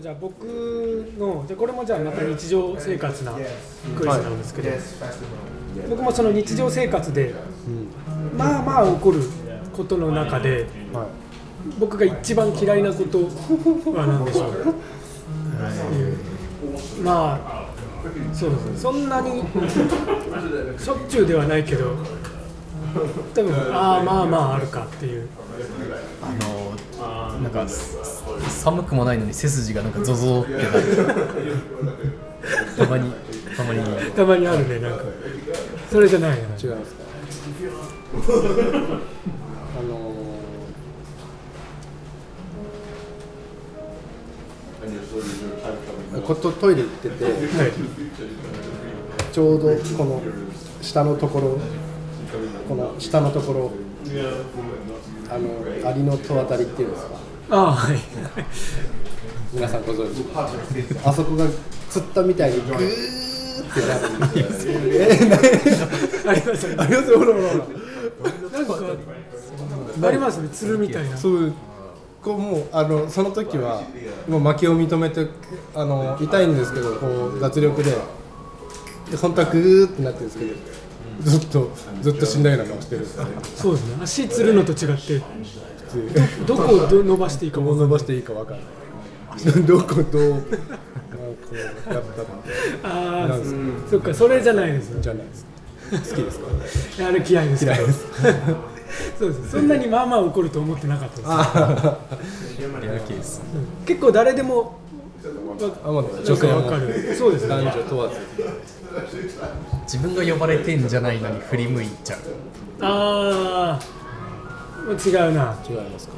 じゃあ僕のじゃあこれもじゃあまた日常生活なクイズなんですけど、僕もその日常生活でまあまあ起こることの中ではい僕が一番嫌いなことは何でしょうまあそうですねそんなにしょっちゅうではないけど多分ああまあまああるかっていうあのなんかす寒くもないのに背筋がなんかゾゾーってなるたまにたまにたまにあるねなんかそれじゃないな違います かあのー、ことトイレ行っててはいちょうどこの下のところこの下のところあのアリの戸渡りっていうんですかああはい皆さんご存知あそこが釣ったみたいにグーってなるんですよありますね ありますよほらほらほらありますね鶴みたいなそうこうもうあのその時はもう負けを認めてあの痛いんですけどこう脱力でで本当はグーってなってるんですけどずっとずっと死んだような顔してるそうですね足つるのと違ってどどこをど伸ばしていいかこをも伸ばしていいかわかんないどこどうなんかやったってあなあんですかそっかそれじゃないですねじゃないです好きですかあれ嫌いです嫌いですそうですそんなにまあまあ怒ると思ってなかったです あリアルケースうん結構誰でもあまあな女んか性わもかるそうです男ね女問わず自分が呼ばれてんじゃないのに振り向いちゃうああ違うな違いますか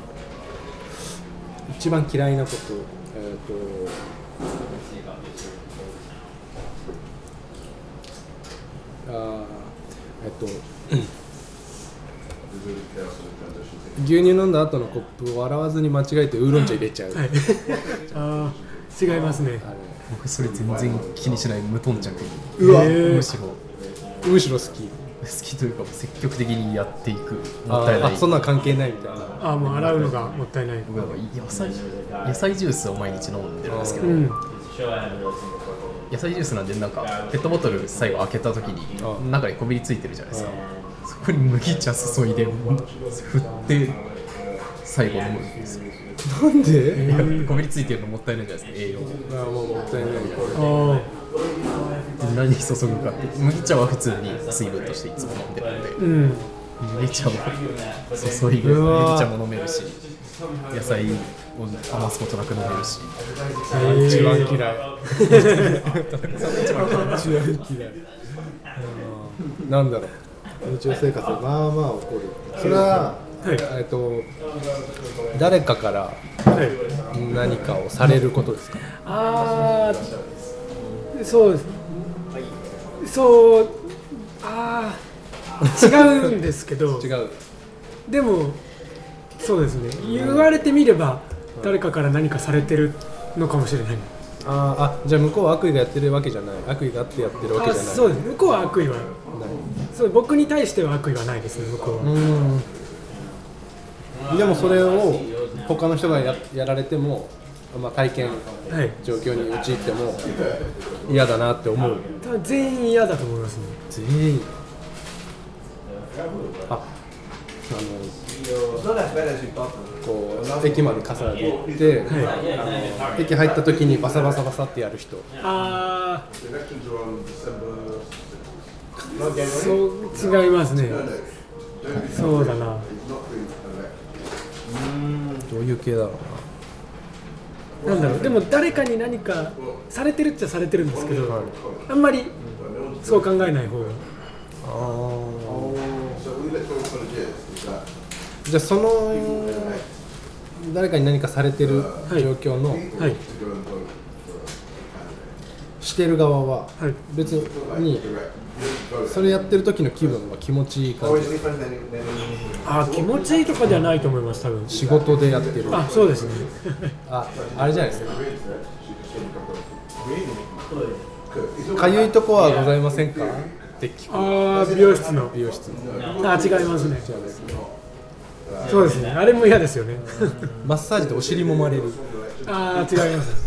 一番嫌いなことえっ、とあーえっ、と牛乳飲んだ後のコップを洗わずに間違えてウーロン茶入れちゃう、はいあー違いますねあれ僕それ全然気にしない無頓着にうわえーむしろ好むしろ好ききというか積極的にやっていくあもったいなーいあそんなん関係ないみたいなああもう洗うのがもったいない僕なんか野菜野菜ジュースを毎日飲んでるんですけうどん野菜ジュースなんでなんかペットボトル最後開けた時うに中にこびりついてるじゃないですかそこに麦茶注いで振って最後飲むんですよなんで、こびりついてるのもったいないじゃないですか栄養あーもうもったいないあーで何に注ぐかって麦茶は普通に水分としていつも飲んでるんでうん麦茶を注いでうわ麦茶も飲めるし野菜を余すことなく飲めるし一え番ー嫌い一番嫌いうんなんだろう日常生活でまあまあ起こるそれは、はいえっと誰かからはい何かをされることですかああそうですそうああ違うんですけど違うでもそうですね言われてみれば誰かから何かされてるのかもしれないあーあじゃあ向こうは悪意がやってるわけじゃない悪意があってやってるわけあじゃないそうです向こうは悪意はないそう僕に対しては悪意はないですね向こうはうんでもそれを他の人がややられても、まあ、体験はい状況に陥っても嫌だなって思う多分全員嫌だと思いますね全員ああのこう駅まで重ねて行って、駅入った時にバサバサバサってやる人ああそう違いますねそうだなどういう系だろうなんだろうでも誰かに何かされてるっちゃされてるんですけど、あんまりそう考えない方がなああじゃあその誰かに何かされてるい状況の、はいしてる側ははい別にそれやってる時の気分は気持ちいい感じあー気持ちいいとかではないと思います多分仕事でやってるあそうですねああれじゃないですかかゆいとこはございませんかって聞くああ美容室の美容室のあー違いますねそうですねあれも嫌ですよね マッサージでお尻揉まれるああ違います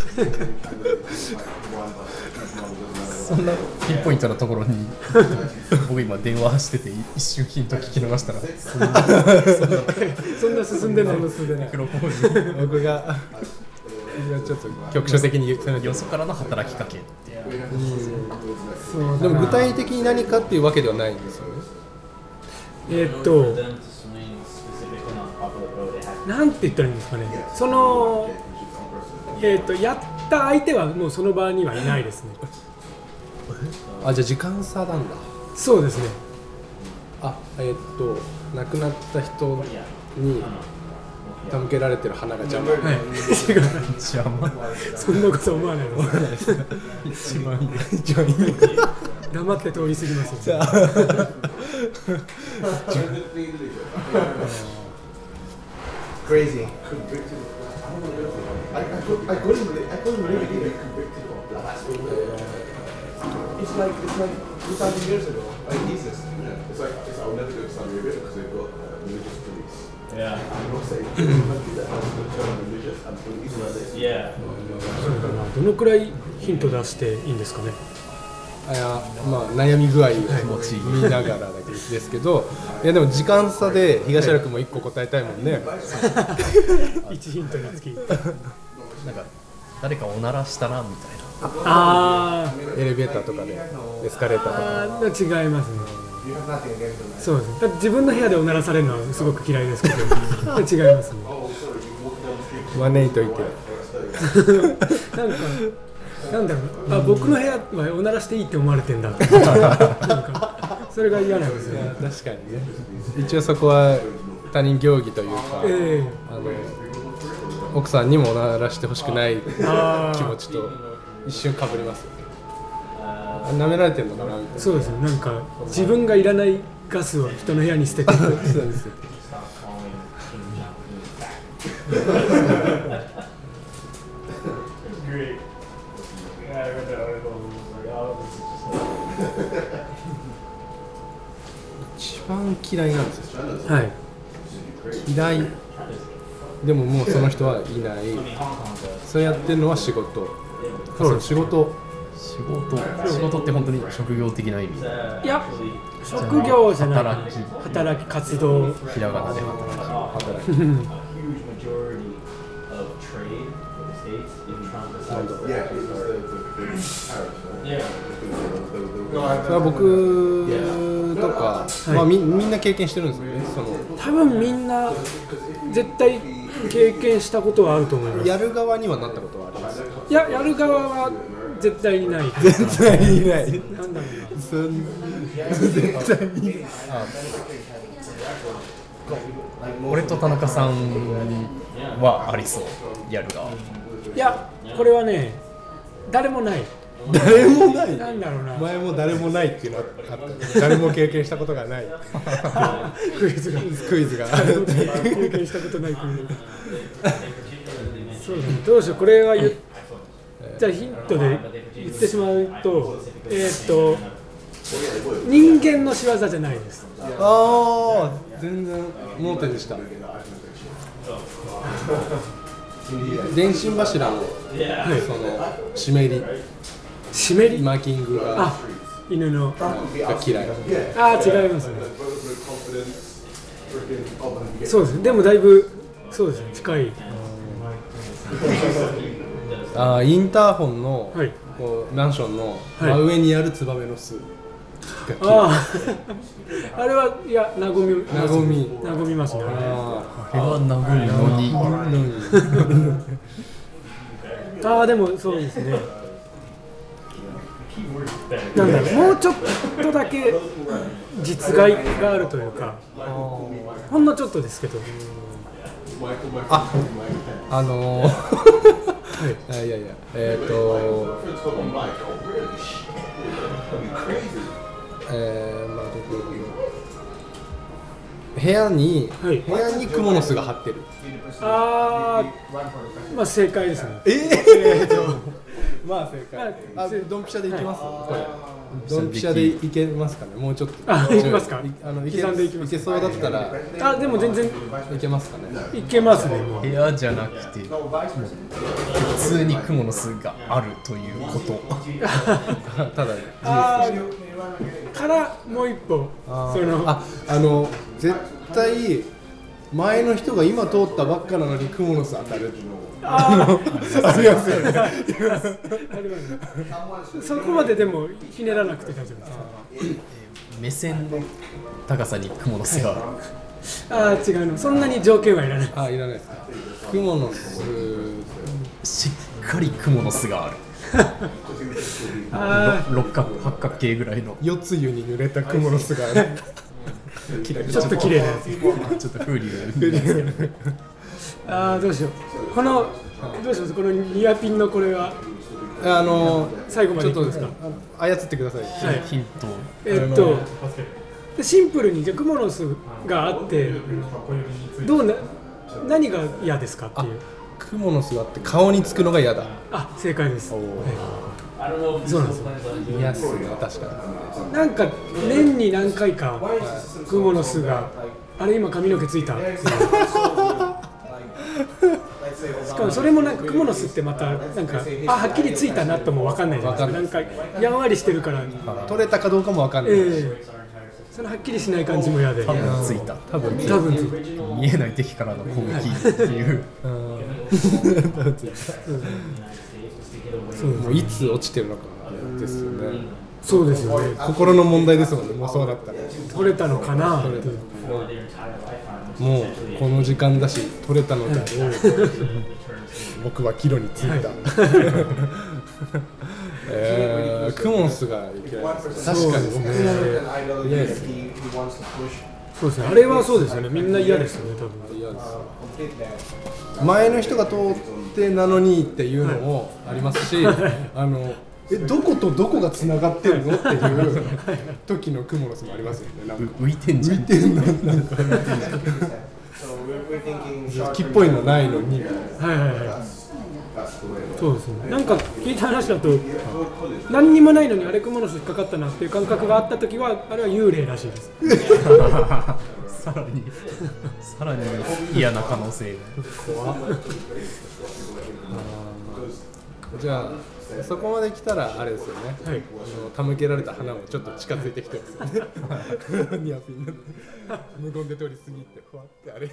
そんなピンポイントなところに僕今電話してて一瞬ヒント聞き逃したらそんなそんな進んでないの進んでないプロポーズ僕がちょっと局所的に言ってよそからの働きかけっていうそうででもも具具体体的に何かっていうわけではないんですよねえーっとなんて言ったらいいんですかねそのえーっとやった相手はもうその場にはいないですねあじゃあ時間差なんだそうですねあえーっと亡くなった人に手向けられてる花が邪魔はい違う邪魔そんなこと思わない の一番いい一番いい黙って通り過ぎますよ、じゃどのくらいヒント出していいんですかねあいやまあ悩み具合を持ちいい見ながらだけですけどいやでも時間差で東原君も1個答えたいもんね1ヒントにつきなんか誰かおならしたなみたいなあーエレベーターとかでエスカレーターとかあー違いますねそうですねだって自分の部屋でおならされるのはすごく嫌いですけど違いますね招いといてなんかなんだろうあ僕の部屋はおならしていいって思われてんだなんかそれが嫌なんですよね確かにね一応そこは他人行儀というか、えあの奥さんにもおならしてほしくないえあ気持あちと一瞬かぶりますよねあ舐められてるのかなみたいなそうですねなんか自分がいらないガスを人の部屋に捨ててそうですよ一番嫌いなんですよはい嫌いでももうその人はいないそうやってるのは仕事そうです仕事仕事仕事って本当に職業的な意味いや職業じゃない働き働き活動ひらがなで働く働き huge majority of trade for the states in Trump. is- なるほど Yeah, it was the, the Irish, right? Yeah. Yeah. それは僕とか、まあ、みみんな経験してるんですよねその多分みんな絶対経験したことはあると思いますやる側にはなったことはありますいややる側は絶対 にない絶対 いないなんだろうなそん絶対に俺と田中さんはありそうやるがいやこれはね誰もない誰もないなんだろうな前も誰もないっていうのあったよ誰も経験したことがないクイズがクイ ズが経験したことないクイズそうだねどうしようこれは言っじゃあヒントで言ってしまうとえーっと人間の仕業じゃないですああ全然盲点でした電信柱のその湿り湿りマーキングがあ犬のが嫌いあー違いますねそうですねでもだいぶそうですね近いあーインターホンの、はいこうマンションのはい真上にあるツバメの巣があ ああれはいや和みます和み和みますねあこれは和むのにーのにああでもそうですねなんだろうもうちょっとだけ実害があるというかほんのちょっとですけどあのー あいやいやえっ、とえー、まあどこ部屋に、はい部屋にクモの巣が張ってるああまあ正解ですねえまあ正解まああドンピシャでいきますこれドドンンピピシシャャででいいけますかねもうちょっとあいきますかあのいけ刻んでいきますけそうだったらあでも全然いけますかねいけますねもう部屋じゃなくてもう普通に蜘蛛の巣があるということただあーからもう一歩あそのああの絶対前の人が今通ったばっかなのに雲の巣当たるありますよねあれなんだ そこまででもひねらなくて大丈夫です目線の高さに蜘蛛の巣があるああー違うのそんなに条件はいらないあいらないですか雲の巣しっかり蜘蛛の巣があるあろ六角八角形ぐらいの夜露に濡れた雲の巣がねキラキあラちょっと綺麗なやつちょっと風流ああどうしようこのどうしますこのニアピンのこれはあの最後まちでょいくっんですとかあの操ってくださいはいヒントえっあとのでシンプルにじゃあクモの巣があってどうな何が嫌ですかっていう雲の巣があって顔につくのが嫌だあ正解です、は I don't know if そうなんですよ you plans on 嫌っすね確かいなんか年に何回かクモの巣があれ今髪の毛ついたっていうしかもそれもなんかクモの巣ってまたなんかあはっきりついたなとも分かんないじゃないですかなんかやんわりしてるからに取れたかどうかもわかんえなえい、そのはっきりしない感じも嫌で多分ついた多分多分見えない敵からの攻撃っていうもういつ落ちてるのかですよねそうですよね心の問題ですもんねもうそうだったら取れたのかなっていうもうこの時間だし取れたのであろう僕はキロに着いた、 えー、クモンスがいけない確かに僕も嫌ですねそうですねあれはそうですよねみんな嫌ですよね多分嫌です前の人が通ってなのにっていうのもあります し、あのえどことどこがつながってるのっていう時のクモの巣もありますよねなんか浮いてんじゃん木っぽいのないのにはいはいはいそうですねなんか聞いた話だと何にもないのにあれクモの巣引っかかったなっていう感覚があった時はあれは幽霊らしいです さらにさらに嫌な可能性がじゃあそこまで来たらあれですよねはいあの手向けられた花もちょっと近づいてきてますね。 ニアピン無言で通り過ぎてふわってあれ。